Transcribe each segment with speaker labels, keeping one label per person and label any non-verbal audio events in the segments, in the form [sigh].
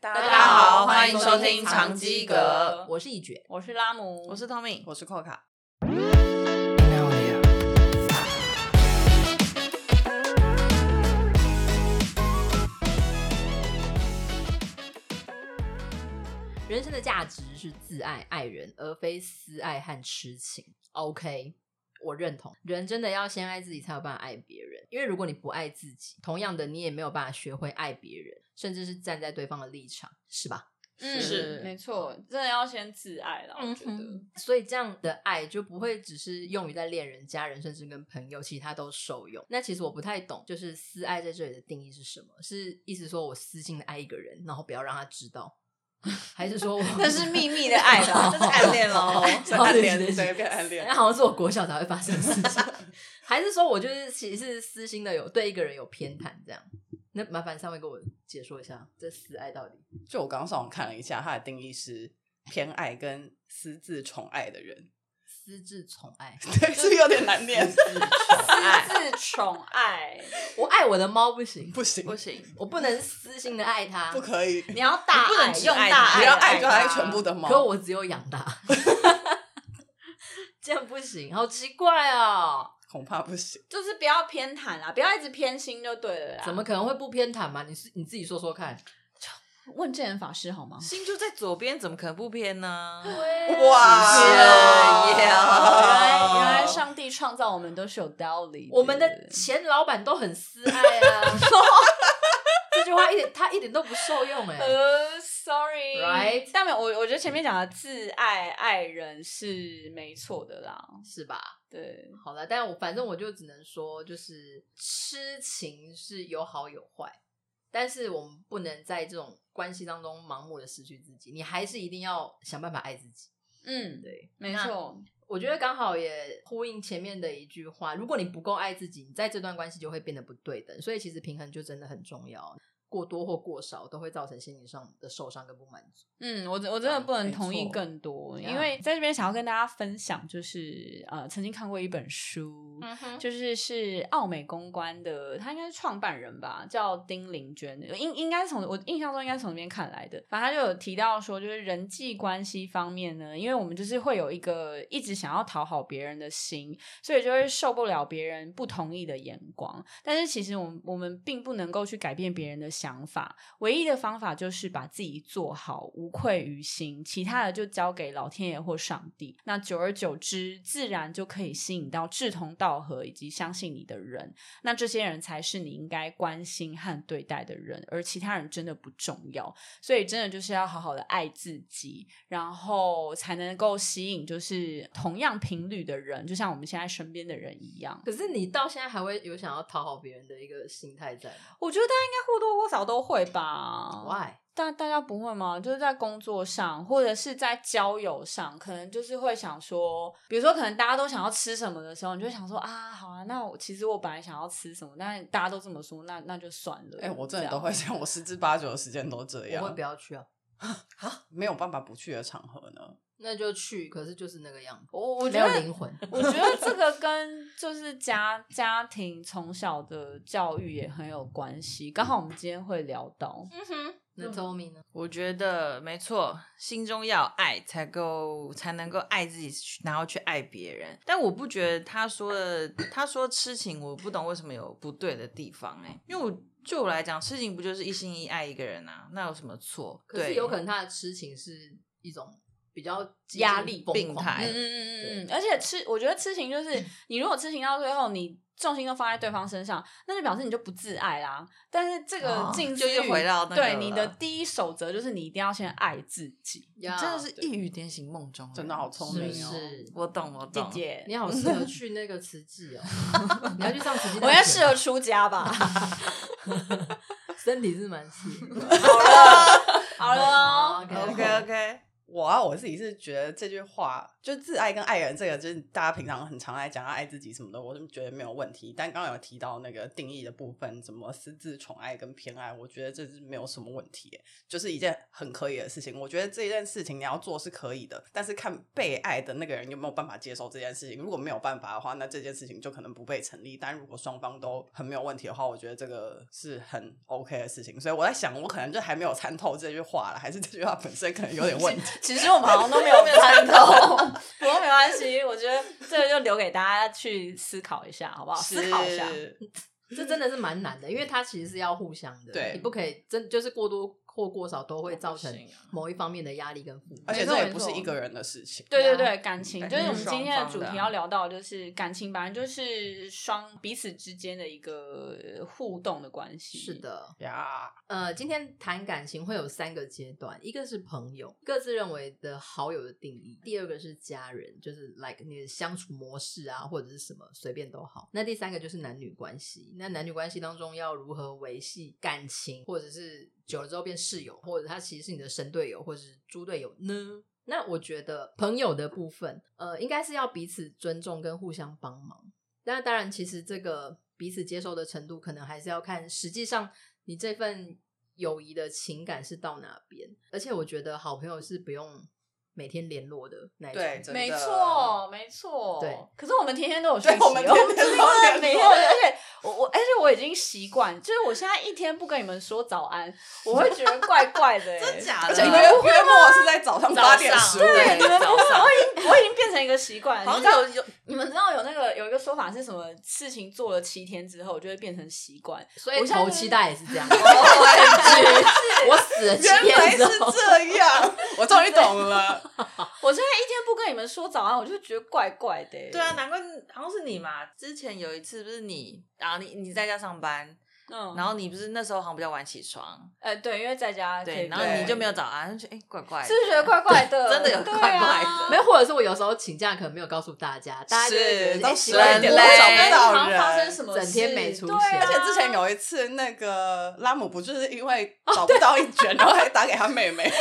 Speaker 1: 大
Speaker 2: 大家好欢迎收听
Speaker 1: 《
Speaker 2: 长
Speaker 1: 机
Speaker 2: 机阁
Speaker 1: 我是一绝，
Speaker 2: 我是拉姆，
Speaker 3: 我是 Tommy，
Speaker 1: 我是扣卡。
Speaker 3: 人生的价值是自爱、爱人，而非私爱和痴情。OK，我认同，人真的要先爱自己，才有办法爱别人。因为如果你不爱自己，同样的，你也没有办法学会爱别人，甚至是站在对方的立场，是吧？
Speaker 2: 嗯
Speaker 1: 是
Speaker 2: 没错，真的要先自爱
Speaker 3: 嗯
Speaker 2: 了，我觉得。
Speaker 3: 所以这样的爱就不会只是用于在恋人、家人，甚至跟朋友，其他都受用。那其实我不太懂，就是私爱在这里的定义是什么？是意思说我私心的爱一个人，然后不要让他知道， [laughs] 还是说我
Speaker 2: 那是秘密的
Speaker 1: [laughs]
Speaker 2: 爱啦，
Speaker 3: 哦
Speaker 2: 这是暗恋喽。
Speaker 1: 是暗恋
Speaker 3: 对不起 [laughs]
Speaker 1: 对变暗恋
Speaker 3: 那好像是我国小才会发生的事情， [laughs] 还是说我就是其实是私心的有对一个人有偏袒这样？那麻烦三位给我解说一下这私爱到底。
Speaker 1: 就我刚上网看了一下，它的定义是偏爱跟私自宠爱的 [laughs] 人，
Speaker 3: 私自宠
Speaker 1: [laughs]
Speaker 3: 爱，
Speaker 1: 对，是不是有点难念？
Speaker 2: 私自宠爱，
Speaker 3: [laughs] 我爱我的猫不行，
Speaker 1: 不行，
Speaker 4: 不行，
Speaker 3: 我不能私心的爱它，
Speaker 1: 不可以，
Speaker 2: 你要大
Speaker 4: 你不
Speaker 2: 爱，
Speaker 4: 能只
Speaker 2: 用
Speaker 4: 爱
Speaker 2: 大
Speaker 3: 啊
Speaker 4: 它
Speaker 1: 你要爱
Speaker 2: 来
Speaker 1: 就爱
Speaker 2: 它
Speaker 1: 全部的猫。
Speaker 3: 可我只有养它， [laughs] 这样不行，好奇怪哦！
Speaker 1: 恐怕不行。
Speaker 2: 就是不要偏袒啦，不要一直偏心就对了啦。
Speaker 3: 怎么可能会不偏袒嘛？你是你自己说说看。
Speaker 2: 问证人法师好吗？
Speaker 4: 心就在左边，怎么可能不偏呢？
Speaker 1: 哇
Speaker 4: 是
Speaker 2: 原来
Speaker 4: 呀
Speaker 2: 原来上帝创造我们都是有道理。
Speaker 3: 我们的前老板都很私爱 [laughs] 啊，这句话一点他一点都不受用哎、
Speaker 2: 呃，sorry，
Speaker 3: Right
Speaker 2: 但没有我，我觉得前面讲的自爱爱人是没错的啦。
Speaker 3: 是吧？
Speaker 2: 对，
Speaker 3: 好了，但我反正我就只能说，就是痴情是有好有坏，但是我们不能在这种关系当中盲目的失去自己，你还是一定要想办法爱自己。
Speaker 2: 嗯，
Speaker 3: 对，
Speaker 2: 没。错，
Speaker 3: 我觉得刚好也呼应前面的一句话，如果你不够爱自己，你在这段关系就会变得不对等，所以其实平衡就真的很重要。过多或过少都会造成心理上的受伤跟不满足。
Speaker 2: 嗯，我真我真的不能
Speaker 3: 没
Speaker 2: 同意
Speaker 3: 错
Speaker 2: 更多，
Speaker 3: Yeah
Speaker 2: 因为在这边想要跟大家分享，就是呃，曾经看过一本书，
Speaker 3: 嗯哼，
Speaker 2: 就是是奥美公关的，他应该是创办人吧，叫丁玲娟，应应该是从我印象中应该是从那边看来的。反正他就有提到说，就是人际关系方面呢，因为我们就是会有一个一直想要讨好别人的心，所以就会受不了别人不同意的眼光。但是其实我们我们并不能够去改变别人的想法，唯一的方法就是把自己做好，无愧于心，其他的就交给老天爷或上帝。那久而久之，自然就可以吸引到志同道合以及相信你的人。那这些人才是你应该关心和对待的人，而其他人真的不重要。所以真的就是要好好的爱自己，然后才能够吸引就是同样频率的人，就像我们现在身边的人一样。
Speaker 3: 可是你到现在还会有想要讨好别人的一个心态在吗
Speaker 2: 我觉得大家应该或多或少都会吧。
Speaker 3: ？Why？
Speaker 2: 大大家不会吗？就是在工作上，或者是在交友上，可能就是会想说，比如说，可能大家都想要吃什么的时候，你就会想说啊，好啊，那我其实我本来想要吃什么，但大家都这么说，那那就算了。
Speaker 1: 哎、我真的
Speaker 2: 这
Speaker 1: 都
Speaker 2: 样
Speaker 1: 会这 [laughs] 样，我十之八九的时间都这
Speaker 3: 我会
Speaker 1: 样
Speaker 3: 不，要去啊？
Speaker 1: 没有办法不去的场合呢。
Speaker 3: 那就去，可是就是那个样子，
Speaker 2: 我我
Speaker 3: 没
Speaker 2: 觉
Speaker 3: 有
Speaker 2: 得
Speaker 3: 灵
Speaker 2: [laughs]
Speaker 3: 魂。
Speaker 2: 我觉得这个跟就是家家庭从小的教育也很有关系。刚好我们今天会聊到，
Speaker 3: 那 Tommy 呢？
Speaker 4: 我觉得没错，心中要有爱才够，才能够爱自己，然后去爱别人。但我不觉得他说的，他说痴情，我不懂为什么有不对的地方哎、因为我就我来讲，痴情不就是一心一爱一个人啊？那有什么错？
Speaker 3: 可是
Speaker 4: 对
Speaker 3: 有可能他的痴情是一种比较接近
Speaker 2: 压力
Speaker 3: 疯
Speaker 4: 病
Speaker 3: 狂
Speaker 4: 态
Speaker 2: 嗯
Speaker 3: 的
Speaker 2: 嗯嗯嗯嗯，而且痴，我觉得痴情
Speaker 4: 嗯
Speaker 2: 就是你如果痴情到最后，你重心都放在对方身上，那就表示你就不自爱啦。但是这个
Speaker 4: 哦
Speaker 2: 禁
Speaker 4: 就
Speaker 2: 止
Speaker 4: 又
Speaker 2: 欲
Speaker 4: 回到那个
Speaker 2: 对
Speaker 4: 了
Speaker 2: 你的第一守则就是你一定要先爱自己。
Speaker 3: 呀
Speaker 4: 真的是一语点醒梦中人，啊
Speaker 1: 真的好聪
Speaker 3: 是
Speaker 1: 明
Speaker 3: 不
Speaker 1: 哦
Speaker 3: 是？
Speaker 4: 我懂，我
Speaker 2: 姐
Speaker 3: [laughs]
Speaker 4: 懂。
Speaker 2: 姐，
Speaker 3: 你好适合去那个慈济哦，你要去上慈济大学吗，
Speaker 2: 我应该适合出家
Speaker 4: [laughs]
Speaker 2: 吧？
Speaker 3: 身体是蛮适合。
Speaker 2: 好了哦，
Speaker 3: OK [laughs]
Speaker 4: OK OK，
Speaker 1: 我啊，我自己是觉得这句话，就自爱跟爱人这个，就是大家平常很常来讲要爱自己什么的，我是觉得没有问题。但刚刚有提到那个定义的部分，怎么私自宠爱跟偏爱，我觉得这是没有什么问题耶，就是一件很可以的事情。我觉得这一件事情你要做是可以的，但是看被爱的那个人有没有办法接受这件事情。如果没有办法的话，那这件事情就可能不被成立。但如果双方都很没有问题的话，我觉得这个是很 OK 的事情。所以我在想，我可能就还没有参透这句话了，还是这句话本身可能有点问题。
Speaker 2: 其实我们好像都没有参
Speaker 4: [laughs]
Speaker 2: 透，不过没关系，我觉得这个就留给大家去思考一下，好不好？思考一下。
Speaker 1: 是 [laughs]
Speaker 3: 这真的是蛮难的，因为它其实是要互相的，
Speaker 1: 对
Speaker 3: 你不可以真就是过多或过少都会造成
Speaker 4: 不行啊
Speaker 3: 某一方面的压力跟负担。
Speaker 1: 而且
Speaker 3: 没错
Speaker 1: 这也不
Speaker 3: 没
Speaker 1: 是
Speaker 3: 错
Speaker 1: 一个人的事情。
Speaker 2: 对对
Speaker 3: 对啊
Speaker 2: 对，感情
Speaker 4: 感
Speaker 2: 就是
Speaker 4: 情
Speaker 2: 我
Speaker 4: 是
Speaker 2: 们今
Speaker 4: 双
Speaker 2: 天的
Speaker 4: 方
Speaker 2: 主
Speaker 4: 的
Speaker 2: 题
Speaker 4: 啊
Speaker 2: 要聊到，的就是感情，本来就是双彼此之间的一个互动的关系。
Speaker 3: 是，的，
Speaker 1: 呀，
Speaker 3: 呃，今天谈感情会有三个阶段，一个是朋友，各自认为的好友的定义；第二个是家人，就是 like 你的相处模式啊，或者是什么随便都好。那第三个就是男女关系，那男女关系当中要如何维系感情，或者是久了之后变室友，或者他其实是你的神队友或者是猪队友呢？那我觉得朋友的部分，呃，应该是要彼此尊重跟互相帮忙。那当然，其实这个彼此接受的程度，可能还是要看实际上你这份友谊的情感是到哪边。而且我觉得好朋友是不用每天联络的那一种。
Speaker 1: 对真的
Speaker 2: 没错，没错。
Speaker 3: 对，
Speaker 2: 可是我们天天都有讯息，
Speaker 1: 我们天天
Speaker 2: [laughs] 就是
Speaker 1: 都有
Speaker 2: 因为
Speaker 1: 联
Speaker 2: 每天
Speaker 4: 哦
Speaker 2: 有，
Speaker 1: 络
Speaker 2: 而且我我，而且我已经习惯，就是我现在一天不跟你们说早安，我会觉得怪怪的、欸。
Speaker 4: [laughs] 真假的？
Speaker 1: 而且约
Speaker 4: [laughs]
Speaker 1: 约莫是在早上
Speaker 4: 早
Speaker 1: 八点
Speaker 4: 上
Speaker 1: 十五，
Speaker 4: 对
Speaker 2: 你们不
Speaker 4: 早
Speaker 2: 会，
Speaker 4: 上
Speaker 2: 我已经我已经变成一个习惯了。
Speaker 4: 好
Speaker 2: 你知道
Speaker 4: 像有有
Speaker 2: 你们知道有那个有一个说法是什么？事情做了七天之后就会变成习惯。
Speaker 3: 所以
Speaker 2: 我现在
Speaker 3: 头
Speaker 2: 就是
Speaker 3: 期待也是这
Speaker 1: [laughs] 哦
Speaker 3: 样。我死了七
Speaker 1: 原来
Speaker 3: 天
Speaker 1: 是
Speaker 3: 之后，
Speaker 1: 这
Speaker 4: [laughs]
Speaker 1: 样， [laughs] 我终于懂了。
Speaker 2: 我现在一天不跟你们说早安，我就觉得怪怪的、欸
Speaker 4: 对啊，，难怪好像是你嘛。之前有一次不是你，然后你你在家上班，
Speaker 2: 嗯，
Speaker 4: 然后你不是那时候好像比较晚起床，
Speaker 2: 呃，对，因为在家可以
Speaker 4: 对，然后
Speaker 1: 对
Speaker 4: 你就没有早安，就觉得哎怪怪的，
Speaker 2: 是不是觉得怪怪的？
Speaker 4: 真的有
Speaker 2: 对
Speaker 4: 怪怪
Speaker 2: 啊
Speaker 4: 的
Speaker 3: 没有，或者是我有时候请假可能没有告诉大家，大家就会觉
Speaker 1: 是
Speaker 3: 得
Speaker 1: 到
Speaker 3: 哎
Speaker 1: 十
Speaker 3: 奇
Speaker 1: 二
Speaker 3: 怪
Speaker 1: 点都
Speaker 4: 对
Speaker 3: 怎么
Speaker 1: 找
Speaker 3: 会
Speaker 2: 好
Speaker 1: 不到
Speaker 2: 像
Speaker 1: 人，
Speaker 2: 发生什么事
Speaker 3: 整天没出
Speaker 2: 对啊
Speaker 3: 现
Speaker 1: 而且之前有一次，那个拉姆不就是因为找不到一卷，然后还打给他妹妹，
Speaker 2: [laughs]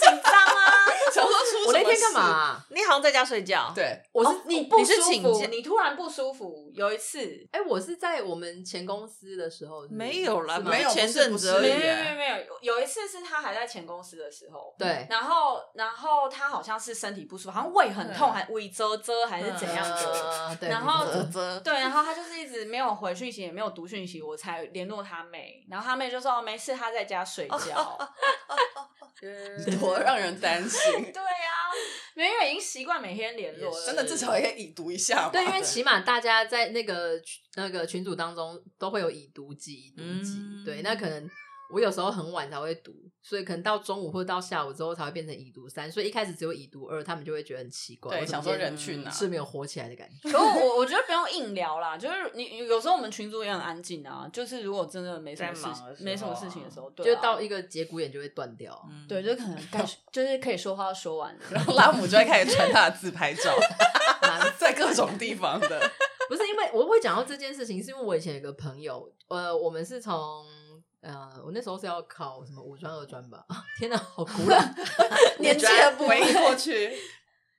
Speaker 2: 紧张啊，
Speaker 1: 想说出
Speaker 3: 我
Speaker 1: 什
Speaker 3: 那
Speaker 1: 么
Speaker 3: 天干
Speaker 1: 事
Speaker 3: 嘛啊、？
Speaker 4: 你好像在家睡觉，，
Speaker 1: 对，
Speaker 3: 我是、
Speaker 2: 哦你
Speaker 4: 你
Speaker 2: 不
Speaker 4: 是
Speaker 2: 舒
Speaker 4: 请
Speaker 2: 服
Speaker 4: 假
Speaker 2: 你突然不舒服，有一次。
Speaker 3: 哎、我是在我们前公司的时候，是不是
Speaker 4: 没有啦，
Speaker 3: 是吗
Speaker 1: 没有
Speaker 4: 前阵
Speaker 1: 不
Speaker 4: 子
Speaker 1: 是
Speaker 4: 而
Speaker 1: 不
Speaker 2: 没
Speaker 1: 是
Speaker 2: 有
Speaker 4: 已
Speaker 2: 没有
Speaker 4: 啊。
Speaker 2: 没有，有有一次是他还在前公司的时候，
Speaker 3: 对
Speaker 2: 然后然后他好像是身体不舒服，好像胃很痛，
Speaker 4: 嗯
Speaker 2: 还胃啧啧还是怎样的，
Speaker 3: 呃对
Speaker 2: 然后
Speaker 3: 没
Speaker 2: [laughs]
Speaker 3: 错
Speaker 2: 对，然后他就是一直没有回讯息，也没有读讯息，我才联络他妹，然后他妹就说、哦、没事，他在家睡觉。
Speaker 1: 多让人担心。
Speaker 2: [laughs] 对啊，没有因为已经习惯每天联络
Speaker 4: 也
Speaker 2: 了，
Speaker 4: 是
Speaker 1: 真的至少也已读一下嘛。
Speaker 3: 对，因为起码大家在那个群那个群组当中都会有已读及已读及，
Speaker 4: 嗯
Speaker 3: 对，那可能我有时候很晚才会读，所以可能到中午或到下午之后才会变成已读三，所以一开始只有已读二，他们就会觉得很奇怪，
Speaker 1: 对
Speaker 3: 为什么
Speaker 1: 想说
Speaker 3: 今天
Speaker 1: 人去哪
Speaker 3: 是没有火起来的感觉。
Speaker 2: 可我我觉得不用硬聊啦，就是你有时候我们群组也很安静啊，就是如果真的没什么
Speaker 4: 在
Speaker 2: 事
Speaker 4: 忙
Speaker 2: 情
Speaker 4: 的时候啊
Speaker 2: 没什么事情的时候，对啊、
Speaker 3: 就到一个节骨眼就会断掉，
Speaker 4: 嗯
Speaker 2: 对，就可能该就是可以说话说完了。
Speaker 1: [laughs] 然后拉姆就会开始传他的自拍照，
Speaker 3: 蛮
Speaker 1: 在各种地方的。
Speaker 3: 不是因为我会讲到这件事情，是因为我以前有个朋友，呃，我们是从呃，我那时候是要考什么五专二专吧， [laughs] 天哪，好古老，
Speaker 2: 年纪的部分
Speaker 1: 回 [laughs] 忆过去，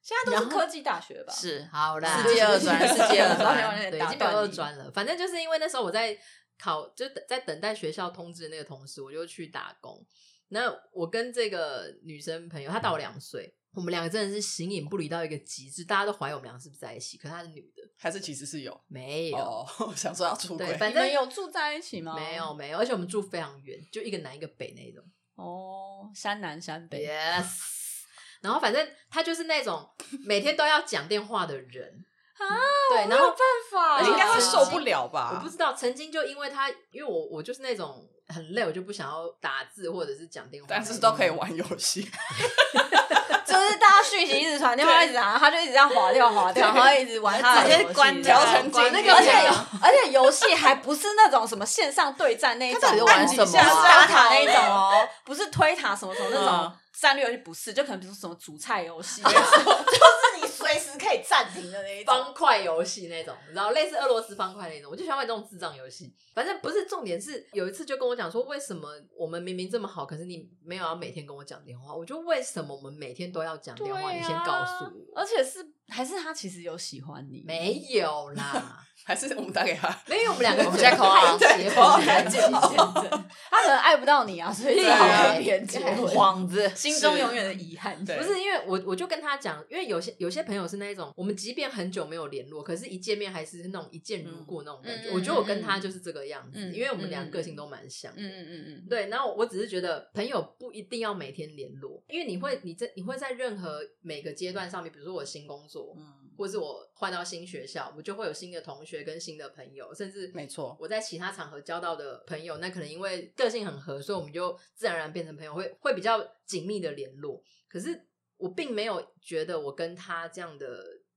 Speaker 2: 现在都是科技大学吧？
Speaker 4: 是
Speaker 3: 好啦，
Speaker 4: 世界二专，世界
Speaker 2: [laughs]
Speaker 4: 二
Speaker 2: 没有
Speaker 3: [laughs]
Speaker 4: 专
Speaker 2: 人，
Speaker 3: 对，已
Speaker 2: 打
Speaker 3: 经没
Speaker 2: 断
Speaker 3: 有二
Speaker 2: 你
Speaker 3: 专了。反正就是因为那时候我在考，就等在等待学校通知的那个同时，我就去打工。那我跟这个女生朋友，她大我两岁，我们两个真的是形影不离到一个极致，大家都怀疑我们俩是不是在一起，可是她是女的，
Speaker 1: 还是其实是有
Speaker 3: [laughs] 没有，
Speaker 1: 哦， [laughs] 我想说要出
Speaker 3: 对
Speaker 1: 轨，
Speaker 3: 反
Speaker 2: 你们
Speaker 3: 正
Speaker 2: 有住在一起吗？
Speaker 3: 没有没有，而且我们住非常远，就一个南一个北那种。
Speaker 2: 哦，山南山北
Speaker 3: Yes，然后 [laughs] 反正她就是那种每天都要讲电话的人，嗯
Speaker 2: 啊，
Speaker 3: 对，
Speaker 2: 没
Speaker 3: 然
Speaker 2: 有
Speaker 3: 后
Speaker 2: 办法，
Speaker 1: 你应该会受不了
Speaker 3: 我
Speaker 1: 吧
Speaker 3: 不？知道，曾经就因为他，因为我我就是那种很累，我就不想要打字或者是讲电话，
Speaker 1: 但是都可以。玩游戏，
Speaker 2: 就是大家讯息一直传，电话一直打，他就一直这样划掉划掉，然后一直玩
Speaker 4: 他
Speaker 2: 自己的
Speaker 4: 直接
Speaker 2: 游戏
Speaker 4: 关
Speaker 1: 调
Speaker 4: 掉
Speaker 1: 成
Speaker 4: 关
Speaker 1: 静音
Speaker 4: 掉
Speaker 2: 而且有，而且游戏还不是那种什么线上对战那一种，
Speaker 3: 他到底在玩什么啊
Speaker 2: 像是打塔那一种哦，不是推塔什么什么那种
Speaker 4: 嗯，
Speaker 2: 战略游戏不是，就可能比如说什么煮菜游戏，就是你随时可以暂停的那一种。
Speaker 3: 方块游戏那种，然后类似俄罗斯方块那种，我就喜欢玩这种智障游戏。反正不是重点是，有一次就跟我讲说，为什么我们明明这么好，可是你没有要每天跟我讲电
Speaker 1: 啊
Speaker 3: 话？我就为什么我们每天都要讲电话？
Speaker 2: 对
Speaker 3: 你先
Speaker 2: 啊
Speaker 3: 告诉我，
Speaker 2: 而且是还是他其实有喜欢你，
Speaker 3: 没有
Speaker 1: [laughs]
Speaker 3: 啦，
Speaker 1: 还是我们打给他？
Speaker 3: 没有我们两个
Speaker 4: 我们现在 call
Speaker 3: [laughs]
Speaker 4: 啊
Speaker 3: 太结
Speaker 1: 对 [laughs] call
Speaker 3: 婚太见证，
Speaker 2: 他可能爱不到你啊，所以
Speaker 3: 对
Speaker 2: 只好
Speaker 1: 啊
Speaker 2: 跟别人结婚，
Speaker 4: 幌子，
Speaker 2: 心中永远的遗憾。
Speaker 1: 对
Speaker 3: 不是因为我我就跟他讲，因为有些有些朋友是那一种，我们即便很久没有联络，可是一见面还是那种一见如故那种感觉。
Speaker 2: 嗯
Speaker 3: 我觉得我跟他就是这个样子，
Speaker 2: 嗯
Speaker 3: 因为我们俩
Speaker 2: 嗯
Speaker 3: 个性都蛮像
Speaker 2: 嗯嗯嗯嗯，
Speaker 3: 对，然后我只是觉得朋友不一定要每天联络，因为你
Speaker 1: 嗯
Speaker 3: 会，你在你会在任何每个阶段上面，比如说我新工作，
Speaker 1: 嗯，
Speaker 3: 或是我换到新学校，我就会有新的同学跟新的朋友，甚至
Speaker 1: 没错
Speaker 3: 我在其他场合交到的朋友，那可能因为个性很合，所以我们就自然而然变成朋友，会会比较紧密的联络。可是我并没有觉得我跟他这样的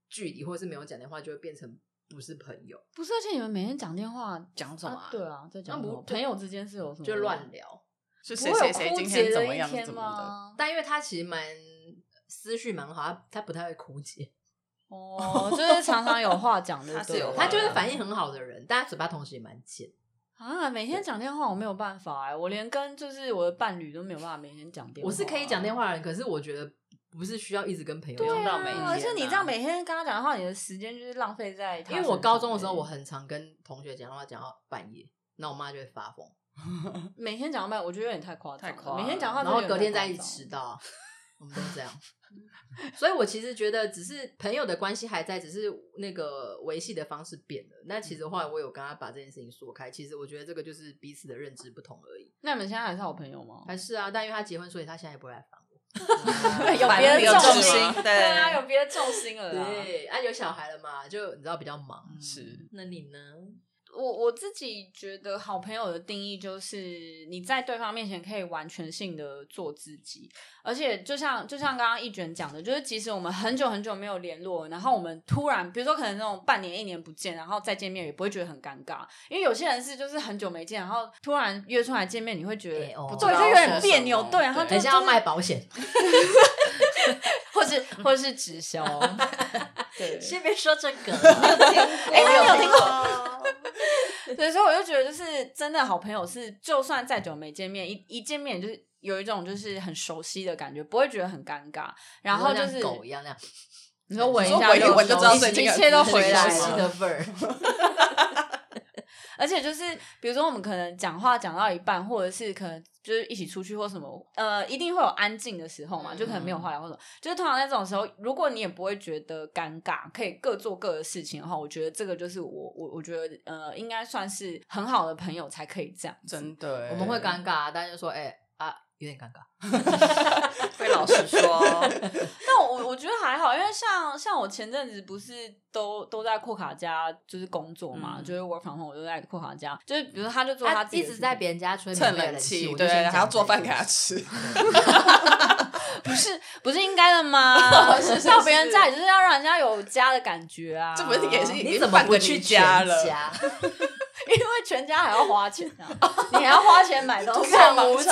Speaker 3: 距离，或是没有讲电话，就会变成不是朋友，
Speaker 2: 不是，而且你们每天讲电话，
Speaker 1: 讲什么啊
Speaker 2: 对啊，在讲
Speaker 3: 那
Speaker 2: 什
Speaker 3: 不
Speaker 2: 么？朋友之间是有什么
Speaker 1: 哦
Speaker 3: 就乱聊。
Speaker 1: 是
Speaker 2: 不
Speaker 1: 谁
Speaker 2: 会
Speaker 1: 谁
Speaker 2: 有
Speaker 1: 谁
Speaker 2: 枯
Speaker 1: 今
Speaker 2: 竭
Speaker 1: 天
Speaker 2: 的
Speaker 1: 怎
Speaker 2: 一
Speaker 1: 么样
Speaker 2: 天
Speaker 1: 怎
Speaker 3: [laughs]
Speaker 1: 么
Speaker 2: 吗？
Speaker 3: 但因为他其实蛮思绪蛮好，他他不太会枯竭，
Speaker 2: 哦，就是常常有话讲的，
Speaker 4: 他是
Speaker 2: 对啊
Speaker 4: 有
Speaker 2: 了
Speaker 4: 话
Speaker 3: 他就是
Speaker 4: 的
Speaker 3: 反应很好的人，但他嘴巴同时也蛮贱。
Speaker 2: 啊，每天讲电话我没有办法哎、我连跟就是我的伴侣都没有办法每天讲电话、
Speaker 3: 我是可以讲电
Speaker 2: 话，
Speaker 3: 话的人，可是我觉得不是需要一直跟朋友
Speaker 2: 啊对
Speaker 3: 讲
Speaker 4: 用
Speaker 2: 啊，
Speaker 4: 到每天
Speaker 2: 而且你这
Speaker 4: 啊
Speaker 2: 样每天跟他讲的话，你的时间就是浪费在他
Speaker 3: 因为
Speaker 2: 身
Speaker 3: 我高
Speaker 2: 上
Speaker 3: 中的
Speaker 2: 欸
Speaker 3: 时候，我很常跟同学讲话，讲到半夜，那我妈就会发疯，
Speaker 1: 的？
Speaker 2: 每天讲到半，我觉得有点太夸张了，
Speaker 1: 太夸
Speaker 2: 每天讲话
Speaker 3: 然
Speaker 2: 真的
Speaker 3: 后
Speaker 2: 有
Speaker 3: 隔
Speaker 2: 点
Speaker 3: 天
Speaker 2: 太
Speaker 3: 再一
Speaker 2: 夸
Speaker 3: 起
Speaker 2: 张
Speaker 3: 迟到啊，我们都这样。所以我其实觉得，只是朋友的关系还在，只是那个维系的方式变了。那其实后
Speaker 2: 嗯
Speaker 3: 来我有跟他把这件事情说开，其实我觉得这个就是彼此的认知不同而已。
Speaker 2: 那你们现在还是好朋友
Speaker 3: [laughs]
Speaker 2: 吗？
Speaker 3: 还是啊，但因为他结婚，所以他现在也不会来烦我。
Speaker 2: 有
Speaker 4: 反
Speaker 2: 别
Speaker 4: 正
Speaker 2: 的
Speaker 4: 有
Speaker 2: 重
Speaker 4: 重
Speaker 2: 心 [laughs]
Speaker 4: 心，
Speaker 2: 对啊，有别的重心了啦。
Speaker 3: 对，啊，有小孩了嘛，就你知道比较忙。
Speaker 1: 是，
Speaker 3: 那你呢？
Speaker 2: 我我自己觉得好朋友的定义就是你在对方面前可以完全性的做自己，而且就像就像刚刚一卷讲的，就是即使我们很久很久没有联络，然后我们突然比如说可能那种半年一年不见，然后再见面也不会觉得很尴尬，因为有些人是就是很久没见，然后突然约出来见面，你会觉得、
Speaker 3: 哎哦
Speaker 2: 对，就有点别扭，对，然后就
Speaker 3: 等一下
Speaker 2: 就
Speaker 3: 要
Speaker 2: 是
Speaker 3: 卖保险，
Speaker 2: 或是或是直销，
Speaker 3: [laughs]
Speaker 2: 对，
Speaker 3: 别说这
Speaker 1: [laughs]
Speaker 3: 个了。
Speaker 2: 哎那你有听
Speaker 1: 过？
Speaker 2: 对，所以我就觉得，就是真的好朋友是，就算再久没见面，一一见面就是有一种就是很熟悉的感觉，不会觉得很尴尬。然后就是
Speaker 3: 像狗一样那样，
Speaker 2: 你说闻一
Speaker 1: 你说
Speaker 2: 下
Speaker 1: 闻一
Speaker 2: 就
Speaker 1: 闻就
Speaker 2: 熟
Speaker 1: 知道
Speaker 2: 悉
Speaker 1: 最近
Speaker 2: 一
Speaker 1: 有
Speaker 2: 切都
Speaker 1: 自己
Speaker 2: 回来
Speaker 1: 熟
Speaker 2: 了
Speaker 1: 悉
Speaker 3: 吸。的味儿。
Speaker 2: 而且就是，比如说我们可能讲话讲到一半，或者是可能就是一起出去或什么，呃，一定会有安静的时候嘛，
Speaker 3: 嗯
Speaker 2: 就可能没有话聊或者，就是通常在这种时候，如果你也不会觉得尴尬，可以各做各的事情的话，我觉得这个就是我我我觉得呃，应该算是很好的朋友才可以这样子。
Speaker 1: 真的欸，
Speaker 3: 我们会尴尬啊，大家就说哎啊，有点尴尬。
Speaker 4: 会老实说，
Speaker 2: 但我我我觉得还好，因为像像我前阵子不是都都在阔卡家就是工作嘛，
Speaker 4: 嗯
Speaker 2: 就是 work from home，我就在阔卡家，就是比如说他就做
Speaker 3: 他
Speaker 2: 自己
Speaker 3: 啊
Speaker 2: 的
Speaker 3: 一直
Speaker 2: 事
Speaker 3: 在
Speaker 2: 情
Speaker 3: 别人家吹
Speaker 1: 趁
Speaker 3: 冷
Speaker 1: 冷
Speaker 3: 气，
Speaker 1: 气，
Speaker 3: 我就
Speaker 1: 对，啊
Speaker 3: 先讲
Speaker 1: 还要做饭
Speaker 3: 这
Speaker 1: 给
Speaker 3: 个
Speaker 1: 他。吃，
Speaker 2: 不是不是应该的吗？
Speaker 3: 是是
Speaker 2: 到别人家里就是要让人家有家的感觉啊！
Speaker 1: 这不是也是
Speaker 3: 你怎么不去全
Speaker 1: 家了？ [laughs]
Speaker 3: 家
Speaker 2: 因为全家还要花钱啊，你还要花钱买东西，
Speaker 1: 看无耻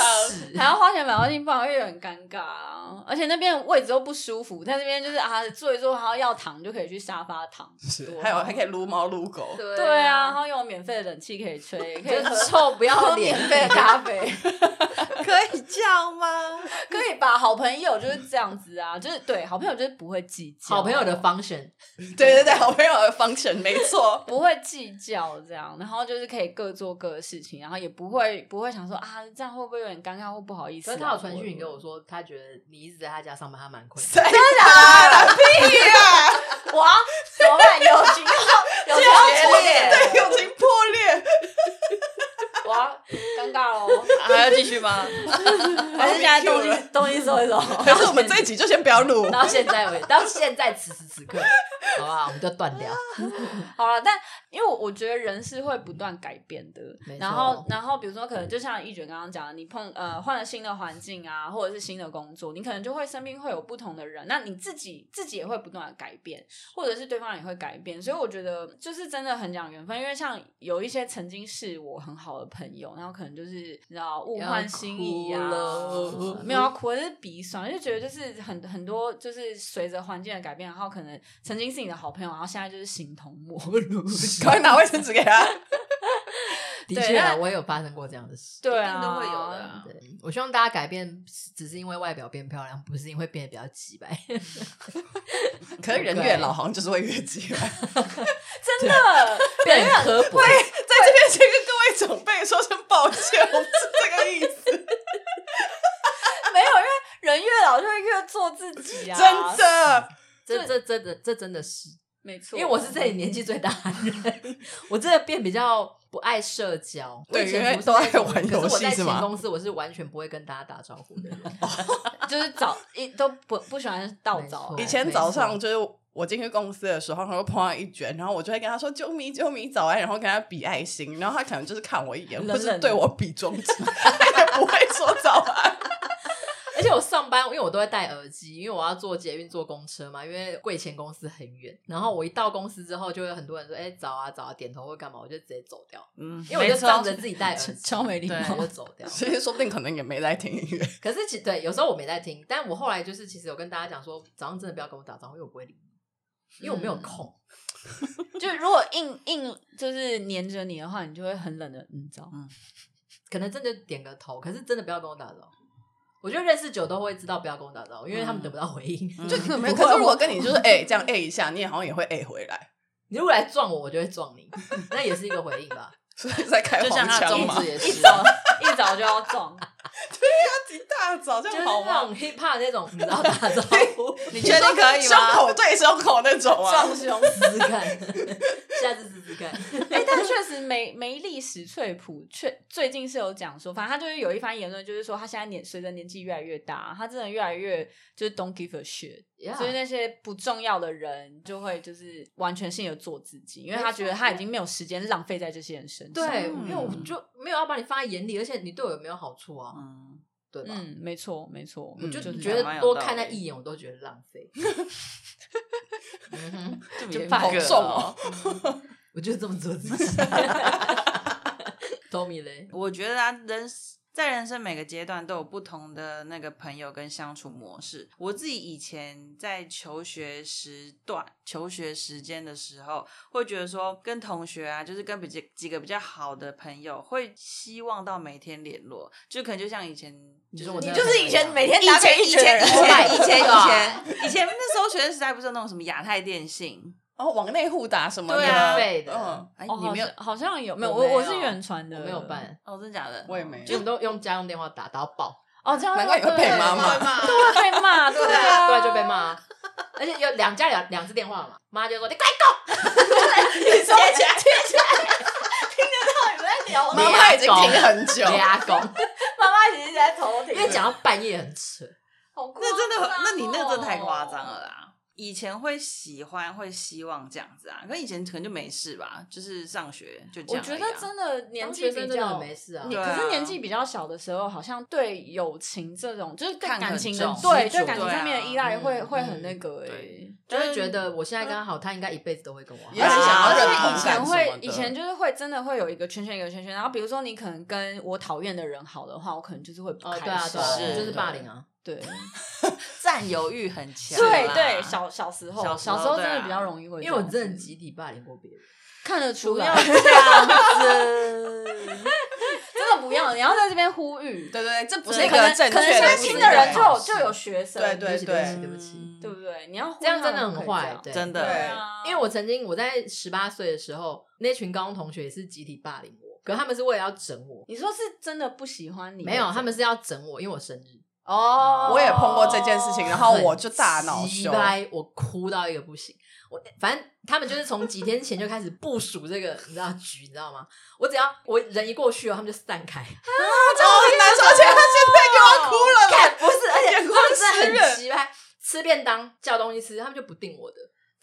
Speaker 2: 还要花钱买东西，不然会很尴尬啊。而且那边位置又不舒服，在那边就是啊坐一坐，然后要躺就可以去沙发躺。
Speaker 1: 是
Speaker 2: 多
Speaker 1: [laughs] 还有
Speaker 2: 好
Speaker 1: 还可以撸猫撸狗，
Speaker 3: 对
Speaker 2: 对啊，然，后又有免费的冷气可以吹，可以喝
Speaker 3: 就臭不要
Speaker 2: 喝
Speaker 3: 脸
Speaker 2: 免费的咖啡，
Speaker 4: 可以这样吗？
Speaker 2: [laughs] 可以吧？好朋友就是这样子啊，就是对好朋友就是不会计较，
Speaker 3: 好朋友的 function，
Speaker 1: [laughs] 对对对，好朋友的方程没错，
Speaker 2: 不会计较这样，然后就是可以各做各的事情，然后也不会不会想说啊，这样会不会有点尴尬或不好意思、
Speaker 3: 可
Speaker 2: 啊？
Speaker 3: 是他有传讯给
Speaker 2: 我，
Speaker 3: 我说，他觉得你一直在他家上班，他蛮
Speaker 1: [laughs]
Speaker 3: 困。
Speaker 1: 真的屁呀，
Speaker 2: 哇，怎么办？友情
Speaker 3: [laughs]
Speaker 2: 要友情要破裂，
Speaker 1: 对，友情破裂，
Speaker 2: 哇，尴尬哦喽！
Speaker 4: 还要继续吗？
Speaker 2: 还是现在东
Speaker 1: BBQ 了
Speaker 2: [laughs]
Speaker 1: 哦
Speaker 2: 西东西收一收，
Speaker 1: 可是我们这一集就先不要录，
Speaker 3: 到现在为，到现在此时此刻，好不好？我们就断掉。
Speaker 2: [laughs] 好了，但因为我我觉得人是会不断改变的
Speaker 3: 没，
Speaker 2: 然后
Speaker 3: 错
Speaker 2: 然后比如说可能就像一卷刚刚讲的，你碰呃换了新的环境啊，或者是新的工作，你可能就会身边会有不同的人，那你自己自己也会不断的改变，或者是对方也会改变，所以我觉得就是真的很讲缘分，因为像有一些曾经是我很好的朋友，然后可能就是你知道物换星移啊
Speaker 3: 要哭了，
Speaker 2: 没有要哭，而是鼻酸，就觉得就是很很多就是随着环境的改变，然后可能曾经是你的好朋友，然后现在就是形同陌
Speaker 4: [laughs]
Speaker 2: 路。
Speaker 1: 赶快拿卫生纸给他。
Speaker 3: [laughs] 的
Speaker 2: 对
Speaker 3: 确啊，
Speaker 2: 那
Speaker 3: 我也有发生过这样的事。
Speaker 2: 对
Speaker 4: 一
Speaker 2: 啊，
Speaker 4: 定都会有的啊
Speaker 3: 对，我希望大家改变，只是因为外表变漂亮，不是因为变得比较急白。
Speaker 1: 可是人越老，好像就是会越急吧。
Speaker 2: 真的。 [laughs]
Speaker 3: 变得很刻薄， [laughs]
Speaker 1: 在这边先跟各位长辈说声抱歉，我不是这个意思，
Speaker 2: 没有，因为人越老就会越做自己
Speaker 4: [laughs]
Speaker 2: 啊，
Speaker 1: 真的。
Speaker 3: 这这真的这真的是，
Speaker 2: 没错。
Speaker 3: 因为我是这里年纪最大的人，我真的变比较不爱社交。我以
Speaker 1: 对
Speaker 3: 前
Speaker 1: 因为
Speaker 3: 不是那
Speaker 1: 都在
Speaker 3: 种
Speaker 1: 玩
Speaker 3: 人可
Speaker 1: 游
Speaker 3: 是我
Speaker 1: 戏
Speaker 3: 在
Speaker 1: 是
Speaker 3: 前
Speaker 1: 吗
Speaker 3: 公司我是完全不会跟大家打招呼的人。
Speaker 2: [laughs] 就是早一都不不喜欢啊到早
Speaker 3: 没，错
Speaker 1: 以前早上就是我进去公司的时候，然后碰到一卷，然后我就会跟他说“啾咪啾咪早安”，然后跟他比爱心，然后他可能就是看我一眼，
Speaker 2: 冷
Speaker 1: 或
Speaker 2: 冷的
Speaker 1: 是对我比中指，他也不会说早安。 [laughs]
Speaker 3: 而且我上班，因为我都会戴耳机，因为我要坐捷运、坐公车嘛，因为贵前公司很远。然后我一到公司之后，就会有很多人说：“哎、早啊，早啊，点头或干嘛。”我就直接走掉，
Speaker 4: 嗯，
Speaker 3: 因为我就仗着自己戴耳机，
Speaker 2: 超没礼
Speaker 4: 貌
Speaker 3: 对我就走掉。
Speaker 1: 其实说不定可能也没在听音乐，
Speaker 3: 可是其对，有时候我没在听，但我后来就是其实有跟大家讲说，早上真的不要跟我打招呼，因为我不会理你，因为我没
Speaker 2: 嗯
Speaker 3: 有空。
Speaker 2: 就如果硬硬就是黏着你的话，你就会很冷的，嗯你知道
Speaker 3: 嗯
Speaker 2: 吗？
Speaker 3: 可能真的点个头，可是真的不要跟我打招呼。我觉得认识久都会知道不要跟我打招呼，因为他们得
Speaker 2: 嗯
Speaker 3: 不到回应。 [laughs]
Speaker 1: 就
Speaker 3: 就
Speaker 1: 可能没有。
Speaker 3: 不会
Speaker 1: 可是如果
Speaker 3: 我
Speaker 1: 跟你就是哎、这样哎、一下，你也好像也会哎、回来，
Speaker 3: 你如果来撞我，我就会撞你， [laughs] 那也是一个回应吧。
Speaker 1: 所以在开
Speaker 4: 就像
Speaker 1: 黄
Speaker 4: 他的
Speaker 1: 腔
Speaker 4: 中
Speaker 1: 嘛
Speaker 4: 指。也
Speaker 2: 一
Speaker 4: 是啊，
Speaker 2: 早 [laughs] 一早就要撞，
Speaker 1: 一大早这
Speaker 3: 就是
Speaker 1: 样好
Speaker 3: 那
Speaker 1: 吗？
Speaker 3: 种 hip hop 那种，你知道打招
Speaker 2: [laughs]
Speaker 3: 呼
Speaker 4: 你确定可以
Speaker 1: 胸
Speaker 4: 吗？
Speaker 1: 口对胸口那种啊，
Speaker 3: 撞胸试试看，下次试试看。
Speaker 2: [laughs] 哎、但确实梅梅丽史翠普确最近是有讲说，反正他就是有一番言论，就是说他现在年随着年纪越来越大，他真的越来越就是 don't give a shit，、
Speaker 3: Yeah
Speaker 2: 所以那些不重要的人就会就是完全性的做自己，因为他觉得他已经没有时间浪费在这些人身上。
Speaker 3: 对，
Speaker 1: 嗯
Speaker 3: 因为我就没有要把你放在眼里，而且你对我有没有好处啊？
Speaker 4: 嗯，
Speaker 3: 对吧？
Speaker 2: 嗯，没错，没错，
Speaker 1: 嗯
Speaker 3: 就
Speaker 2: 就是
Speaker 3: 觉
Speaker 2: 这样
Speaker 4: 蛮
Speaker 3: 得
Speaker 4: 有
Speaker 3: 多
Speaker 4: 道理
Speaker 3: 看他一眼，我都觉得浪费。嗯哼，
Speaker 4: 这么
Speaker 2: 就
Speaker 4: 严
Speaker 2: 怕
Speaker 4: 格
Speaker 1: 好重哦。
Speaker 3: 我就这么做自己。Tommy 嘞，
Speaker 4: 我觉得啊，人在人生每个阶段都有不同的那个朋友跟相处模式。我自己以前在求学时段、求学时间的时候，会觉得说跟同学啊，就是跟比较几个比较好的朋友，会希望到每天联络，就可能就像以前。
Speaker 3: 你
Speaker 4: 就
Speaker 3: 说我
Speaker 4: 是
Speaker 3: 那
Speaker 4: 你
Speaker 3: 个啊
Speaker 4: 就是以前
Speaker 2: 每天
Speaker 4: 以前以前以前
Speaker 3: Oh
Speaker 4: 以
Speaker 3: my
Speaker 4: 前以
Speaker 3: God
Speaker 4: 前以前那时候学生时代不是有那种什么亚太电信？
Speaker 1: 然后往内互打什么
Speaker 4: 对啊
Speaker 1: 的，
Speaker 3: 废的
Speaker 1: 嗯，
Speaker 4: 哎，
Speaker 2: 哦，
Speaker 4: 你
Speaker 2: 好
Speaker 4: 没有
Speaker 2: 像？好像有没有？
Speaker 3: 我
Speaker 2: 我
Speaker 3: 没有
Speaker 2: 是远传的，
Speaker 3: 我没有。办，
Speaker 4: 哦，真的假的？
Speaker 1: 我也没有
Speaker 3: 就我们都用家用电话打打到爆，
Speaker 2: 哦，这样
Speaker 1: 难怪你会被妈妈
Speaker 2: 对啊被骂，对啊，
Speaker 3: 对，就被骂啊。而且有两家两两只电话嘛，妈就说你快狗，
Speaker 1: 你收起来，
Speaker 2: 你们在聊
Speaker 1: 妈妈已经听很久，
Speaker 3: 俩狗，啊
Speaker 2: 妈妈其实在头顶
Speaker 3: 因为讲到半夜很扯。
Speaker 2: 好夸张
Speaker 4: 那
Speaker 2: 哦
Speaker 4: 真的很，那你那个真的太夸张了。啦！以前会喜欢，会希望这样子啊，可以前可能就没事吧，就是上学就这
Speaker 2: 我
Speaker 4: 样而已啊、
Speaker 2: 觉得真的年纪
Speaker 3: 当学生
Speaker 2: 比
Speaker 3: 真的
Speaker 2: 较
Speaker 3: 很没事啊
Speaker 2: 你
Speaker 4: 对
Speaker 2: 可
Speaker 4: 啊
Speaker 2: 是年纪比较小的时候，好像对友情这种，就是对
Speaker 4: 看
Speaker 2: 感
Speaker 4: 很
Speaker 2: 情的
Speaker 4: 重，
Speaker 2: 对
Speaker 4: 执
Speaker 2: 对
Speaker 4: 着
Speaker 2: 感情上面的依赖
Speaker 3: 对啊
Speaker 2: 会
Speaker 3: 嗯
Speaker 2: 会
Speaker 3: 嗯
Speaker 2: 很那个哎
Speaker 4: 对。
Speaker 3: 就会觉得我现在跟他好，他应该一辈子都会跟我好。啊
Speaker 1: 也是想要
Speaker 2: 而
Speaker 1: 认
Speaker 2: 且
Speaker 1: 同
Speaker 2: 以
Speaker 1: 感
Speaker 2: 前
Speaker 1: 什
Speaker 2: 会
Speaker 1: 么，的
Speaker 2: 以前就是会真的会有一个圈圈一个圈圈，然后比如说你可能跟我讨厌的人好的话，我可能就是会不
Speaker 3: 哦，
Speaker 2: 开
Speaker 3: 对啊，
Speaker 2: 心
Speaker 3: 对啊，
Speaker 4: 是
Speaker 3: 就是霸凌啊。
Speaker 2: 对
Speaker 4: 占有欲很强啦，
Speaker 2: 对对，小小时候
Speaker 4: 小时候
Speaker 2: 时候真
Speaker 4: 对
Speaker 2: 的
Speaker 4: 啊
Speaker 2: 比较容易会这
Speaker 3: 因为
Speaker 2: 样子，
Speaker 3: 我真的集体霸凌过别人，
Speaker 2: 看得出
Speaker 4: 不
Speaker 2: 来
Speaker 3: [laughs]
Speaker 4: 要，这
Speaker 3: 啊
Speaker 4: 样子。
Speaker 2: 真的不要，你要在这边呼吁，
Speaker 1: 对对对，这不
Speaker 2: 可
Speaker 1: 是一
Speaker 2: 能
Speaker 1: 个正
Speaker 2: 可能
Speaker 1: 确
Speaker 2: 现
Speaker 1: 的啊
Speaker 2: 在
Speaker 1: 思
Speaker 2: 听
Speaker 1: 维
Speaker 2: 的人就有
Speaker 3: 是
Speaker 2: 就有学生，
Speaker 1: 对
Speaker 3: 对
Speaker 1: 对
Speaker 3: 不起，嗯对不起，对不
Speaker 1: 对，
Speaker 4: 嗯
Speaker 3: 起。
Speaker 2: 对不对？你要呼吁
Speaker 3: 这样真的
Speaker 2: 他们
Speaker 3: 很
Speaker 2: 可以这
Speaker 3: 坏欸
Speaker 2: 样，
Speaker 3: 对，
Speaker 4: 真的
Speaker 2: 对
Speaker 1: 对
Speaker 2: 啊，
Speaker 3: 因为我曾经我在十八岁的时候，那群高中同学也是集体霸凌我，可是他们是为了要整我，
Speaker 2: 你说是真的不喜欢你，
Speaker 3: 没有，他们是要整我，因为我生日，
Speaker 2: 哦，
Speaker 1: 我也碰过这件事情，然后我就大恼
Speaker 3: 急
Speaker 1: 羞。
Speaker 3: 掰，我哭到一个不行。我反正他们就是从几天前就开始部署这个，你知道局，你知道吗？我只要我人一过去哦，他们就散开，
Speaker 1: 这我很难受，而且他现在又要哭了啦。
Speaker 3: 干不是，而且
Speaker 1: 眼
Speaker 3: 他
Speaker 1: 光
Speaker 3: 们真的
Speaker 1: 湿
Speaker 3: 很急掰，吃便当叫东西吃，他们就不订我的。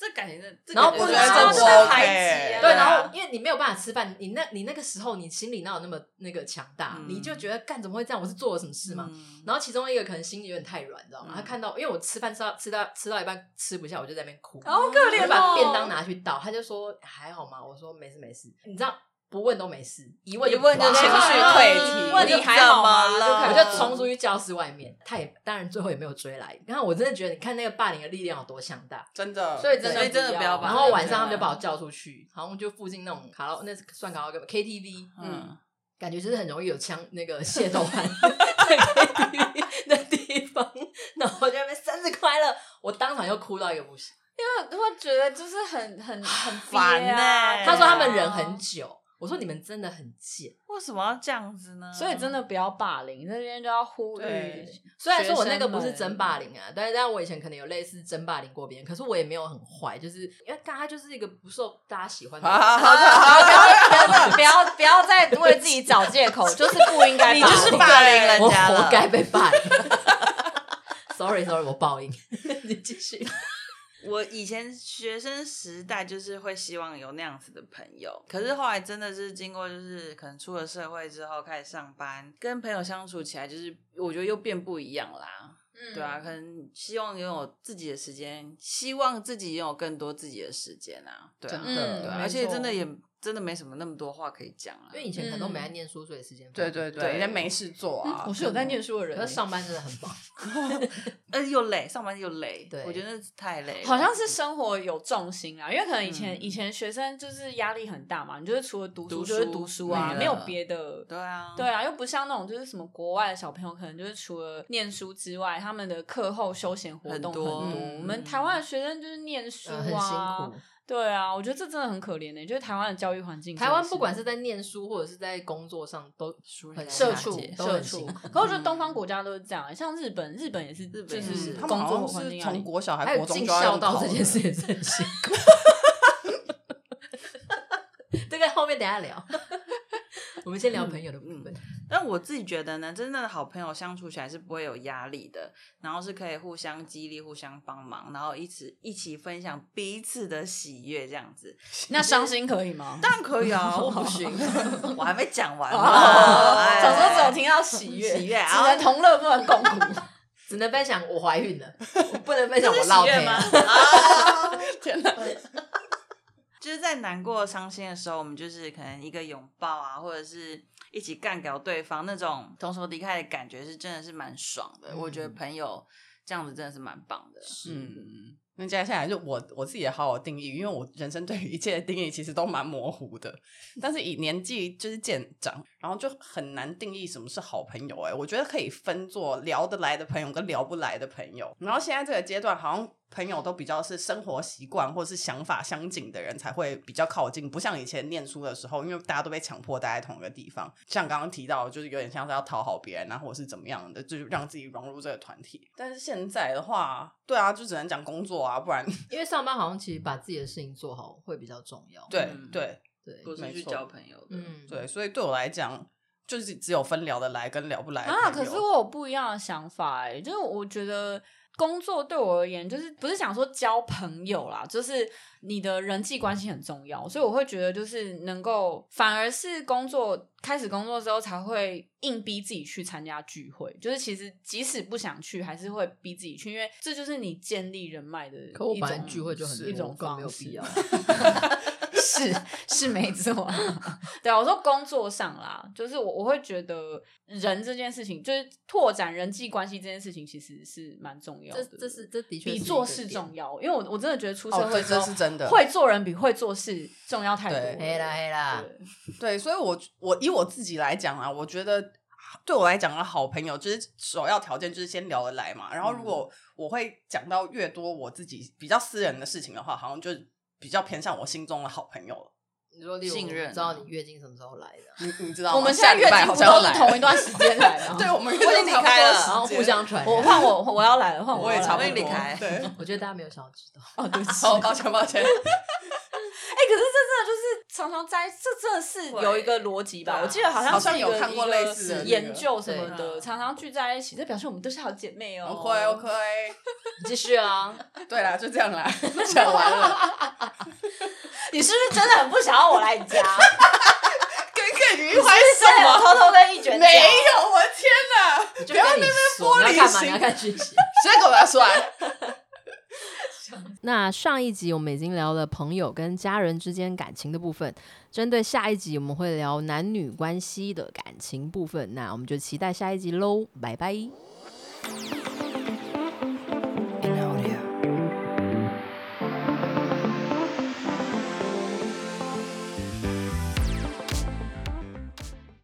Speaker 4: 这感觉这，
Speaker 3: 然后
Speaker 1: 我
Speaker 3: 不
Speaker 1: 觉
Speaker 4: 觉
Speaker 1: 得
Speaker 3: 能
Speaker 1: 这
Speaker 3: 超
Speaker 1: 不
Speaker 3: 市
Speaker 4: 排
Speaker 1: OK
Speaker 4: 挤啊。
Speaker 3: 对，然后因为你没有办法吃饭，你那你那个时候你心里哪有那么那个强大，
Speaker 1: 嗯
Speaker 3: 你就觉得干怎么会这样？我是做了什么事吗？
Speaker 1: 嗯
Speaker 3: 然后其中一个可能心里有点太软，你知道吗？
Speaker 1: 嗯
Speaker 3: 他看到，因为我吃饭吃到吃到吃到一半吃不下，我就在那边哭，
Speaker 2: 好可
Speaker 3: 我
Speaker 2: 怜
Speaker 3: 就
Speaker 2: 哦，
Speaker 3: 把便当拿去倒，他就说还好吗？我说没事没事，你知道不问都没事，一问
Speaker 4: 一问
Speaker 3: 就
Speaker 4: 就
Speaker 3: 啪
Speaker 4: 情绪
Speaker 1: 溃堤
Speaker 3: 我
Speaker 2: 问
Speaker 3: 就
Speaker 2: 你还好吗？
Speaker 4: 怎么了
Speaker 3: 我
Speaker 2: 开始
Speaker 3: 就冲出去教室外面，他也当然最后也没有追来。然后我真的觉得，你看那个霸凌的力量有多强大。
Speaker 1: 真的，
Speaker 3: 所以真的
Speaker 4: 所以真的不要吧
Speaker 3: 然后晚上他们就把我叫出去，好像就附近那种卡拉，那是算卡拉 OK 吧 KTV，嗯，
Speaker 1: 嗯，
Speaker 3: 感觉就是很容易有枪那个械斗案 [laughs] 在 KTV 的地方。然后我就在那边生日快乐，我当场就哭到一个不行。
Speaker 2: 因为我觉得就是很很很
Speaker 4: 烦
Speaker 2: 憋啊
Speaker 4: 欸
Speaker 3: 他说他们忍很久，我说你们真的很贱。
Speaker 4: 为什么要这样子呢？
Speaker 2: 所以真的不要霸凌，在这边就要呼吁
Speaker 1: 对。
Speaker 3: 虽然说我那个不是真霸，凌啊，但是但我以前可能有类似真霸凌过别人，可是我也没有很坏，就是因为刚他就是一个不受大家喜欢的人。
Speaker 1: 好好
Speaker 2: 好
Speaker 1: 好，
Speaker 2: 好，不要不要不要再为自己找借口，就是不应该。
Speaker 4: 你就是霸凌人
Speaker 3: 我
Speaker 4: 家了，
Speaker 3: 活该被霸
Speaker 4: [laughs]
Speaker 3: 凌。sorry sorry，我报应。你继续。
Speaker 4: 我以前学生时代就是会希望有那样子的朋友，可是后来真的是经过就是可能出了社会之后开始上班，跟朋友相处起来，就是我觉得又变不一样啦。
Speaker 2: 嗯
Speaker 4: 对啊，可能希望拥有自己的时间，希望自己拥有更多自己的时间啊。对啊，
Speaker 3: 真的
Speaker 4: 对啊
Speaker 3: 嗯没
Speaker 4: 而且
Speaker 2: 错
Speaker 4: 真的也真的没什么那么多话可以讲啊
Speaker 3: 因。为以前可能都没在念书，所以时间
Speaker 1: 对对对，
Speaker 4: 对
Speaker 1: 人家没事做啊，
Speaker 2: 嗯我是有在念书的人欸
Speaker 3: 可是，上班真的很棒。
Speaker 4: 呃，又累，上班又累，
Speaker 3: 对
Speaker 4: 我觉得太累了。
Speaker 2: 好像是生活有重心啊，因为可能以前、
Speaker 4: 嗯
Speaker 2: 以前学生就是压力很大嘛，你就是除了读
Speaker 4: 读
Speaker 2: 书就
Speaker 4: 书
Speaker 2: 是读书啊，
Speaker 1: 没了
Speaker 2: 没有别的。
Speaker 4: 对啊，
Speaker 2: 对啊，又不像那种就是什么国外的小朋友，可能就是除了念书之外，他们的课后休闲活动
Speaker 4: 很
Speaker 2: 多。
Speaker 4: 多
Speaker 1: 嗯
Speaker 2: 我们台湾的学生就是念书啊，
Speaker 3: 呃，很辛苦。
Speaker 2: 对啊，我觉得这真的很可怜欸呢、就是台湾的教育环境真的，
Speaker 3: 台湾不管是在念书或者是在工作上，都很
Speaker 2: 社
Speaker 4: 社
Speaker 2: 畜
Speaker 4: 畜
Speaker 3: 都
Speaker 2: 社
Speaker 3: 很
Speaker 2: 畜
Speaker 3: 辛苦。，
Speaker 2: 可我觉得东方国家都是这样、欸像日本，日本也是，
Speaker 4: 日本
Speaker 2: 就
Speaker 4: 也
Speaker 2: 是
Speaker 4: 是
Speaker 1: 嗯他
Speaker 2: 工
Speaker 1: 们好
Speaker 2: 作
Speaker 1: 像
Speaker 2: 环
Speaker 1: 是
Speaker 2: 境压力
Speaker 1: 从国小
Speaker 3: 还
Speaker 1: 还
Speaker 3: 有
Speaker 1: 国中
Speaker 3: 尽
Speaker 1: 就要
Speaker 3: 孝
Speaker 1: 用
Speaker 3: 道
Speaker 1: 考
Speaker 3: 这件事也是很辛 [laughs] 苦。这个后面等一下聊。 [laughs] 我们先聊朋友的部分。
Speaker 4: 但我自己觉得呢，真正的好朋友相处起来是不会有压力的，然后是可以互相激励、互相帮忙，然后一起一起分享彼此的喜悦，这样子
Speaker 2: 那伤心可以吗？
Speaker 4: 当然可以啊，我不行，我还没讲完嘛
Speaker 2: 哦，
Speaker 4: 哎
Speaker 2: 总说只有听到喜悦，
Speaker 4: 喜悦啊
Speaker 2: 只能同乐不能共苦。
Speaker 3: [laughs] 只能分享我怀孕了，我不能分
Speaker 4: 这
Speaker 3: 享我
Speaker 4: 是
Speaker 3: 落胎
Speaker 4: 喜悦
Speaker 3: 了？
Speaker 4: 吗？啊
Speaker 1: [laughs] 天哪，
Speaker 4: 就是在难过、伤心的时候，我们就是可能一个拥抱啊，或者是一起干掉对方，那种同仇敌忾的感觉是真的是蛮爽的。
Speaker 3: 嗯
Speaker 4: 我觉得朋友这样子真的是蛮棒的。
Speaker 1: 嗯，那接下来就我我自己也好好定义，因为我人生对于一切的定义其实都蛮模糊的，但是以年纪就是渐长，然后就很难定义什么是好朋友、欸。哎，我觉得可以分作聊得来的朋友跟聊不来的朋友。然后现在这个阶段，好像朋友都比较是生活习惯或是想法相近的人才会比较靠近，不像以前念书的时候，因为大家都被强迫待在同一个地方。像刚刚提到的，就是有点像是要讨好别人啊，或者是怎么样的，就是让自己融入这个团体。但是现在的话，对啊，就只能讲工作啊，不然
Speaker 3: 因为上班好像其实把自己的事情做好会比较重要。
Speaker 1: 对
Speaker 4: 嗯
Speaker 1: 对
Speaker 3: 对，
Speaker 4: 不是
Speaker 1: 没
Speaker 4: 去
Speaker 1: 错
Speaker 4: 交朋友的，
Speaker 3: 嗯，
Speaker 1: 对，所以对我来讲，就是只有分聊得来跟聊不来的
Speaker 2: 啊，
Speaker 1: 朋
Speaker 2: 可
Speaker 1: 友
Speaker 2: 是我有不一样的想法哎、就是我觉得工作对我而言，就是不是想说交朋友啦，就是你的人际关系很重要，所以我会觉得就是能够，反而是工作开始工作之后才会硬逼自己去参加聚会，就是其实即使不想去，还是会逼自己去，因为这就是你建立人脉的一
Speaker 3: 可我
Speaker 2: 种
Speaker 3: 本来聚会就很
Speaker 2: 是
Speaker 3: 多
Speaker 2: 一种
Speaker 3: 根本
Speaker 2: 方
Speaker 3: 没有
Speaker 2: 式
Speaker 3: 必要。
Speaker 2: 是是没错、啊， [laughs] 对啊，我说工作上啦，就是我我会觉得人这件事情，就是拓展人际关系这件事情，其实是蛮重要
Speaker 3: [laughs] 这
Speaker 2: 的。
Speaker 3: 这是这的确
Speaker 2: 比
Speaker 3: 是一
Speaker 2: 做
Speaker 3: 个
Speaker 2: 事
Speaker 3: 点
Speaker 2: 重要，因为我我真的觉得出社
Speaker 1: 哦，
Speaker 2: 会
Speaker 1: 对，
Speaker 2: 之
Speaker 1: 这
Speaker 2: 后，
Speaker 1: 是真的，
Speaker 2: 会做人比会做事重要太多
Speaker 1: 对
Speaker 2: 了。
Speaker 3: 黑啦黑啦，
Speaker 2: 对
Speaker 1: 对，所以我我以我自己来讲啊，我觉得对我来讲啊，好朋友就是首要条件就是先聊得来嘛。然后如果我会讲到越多我自己比较私人的事情的话，好像就比较偏向我心中的好朋友了。
Speaker 3: 你说例如
Speaker 4: 信任啊
Speaker 3: 我知道你月经什么时候来的，
Speaker 1: 你你知道吗？
Speaker 2: 我们现
Speaker 1: 下
Speaker 2: 在
Speaker 1: 礼
Speaker 2: 月
Speaker 1: 拜
Speaker 2: 经
Speaker 1: 好
Speaker 2: 不
Speaker 1: 像要
Speaker 2: 都
Speaker 1: 来
Speaker 2: 是同一段时间来吗？
Speaker 1: [laughs] 对，我们已
Speaker 4: 我已
Speaker 1: 经
Speaker 4: 经离开了
Speaker 3: 然后哦互相传染。
Speaker 2: 我换我我要来了，换
Speaker 1: 我
Speaker 2: 要
Speaker 1: 也
Speaker 2: 来
Speaker 1: 差
Speaker 2: 了
Speaker 1: 不多
Speaker 4: 我也离开
Speaker 1: 对，
Speaker 3: [laughs] 我觉得大家没有想要知道，
Speaker 2: 哦，对不起。
Speaker 1: 好，抱歉抱歉，
Speaker 2: 哎、可是这真的就是常常在，这真的是有一个逻辑吧？
Speaker 3: 啊
Speaker 4: 会
Speaker 2: 我记得好像
Speaker 1: 好像
Speaker 2: 是一个
Speaker 1: 有看过
Speaker 2: 一个
Speaker 1: 类似的那个
Speaker 2: 研究什么
Speaker 4: 对
Speaker 2: 的，常常聚在一起，这表示我们都是好姐妹哦。
Speaker 1: OK OK，
Speaker 3: 你继续啊。
Speaker 1: 对啦，就这样啦，讲完了，
Speaker 2: [laughs] 你是不是真的很不想要我来你
Speaker 1: [laughs]
Speaker 2: 家？
Speaker 1: 耿耿于
Speaker 2: 你是不
Speaker 1: 怀
Speaker 2: 是
Speaker 1: 什
Speaker 2: 真的有
Speaker 1: 么？
Speaker 2: 偷偷跟一卷
Speaker 1: 没有，我的天哪！
Speaker 3: 你就
Speaker 1: 不要
Speaker 3: 跟
Speaker 1: 在那边
Speaker 3: 说
Speaker 1: 玻
Speaker 3: 你
Speaker 1: 璃
Speaker 3: 要干嘛？
Speaker 1: 心
Speaker 3: 你要看讯息。
Speaker 1: 现在给我拿出来。
Speaker 3: 那上一集我们已经聊了朋友跟家人之间感情的部分，针对下一集我们会聊男女关系的感情部分，那我们就期待下一集喽，拜拜。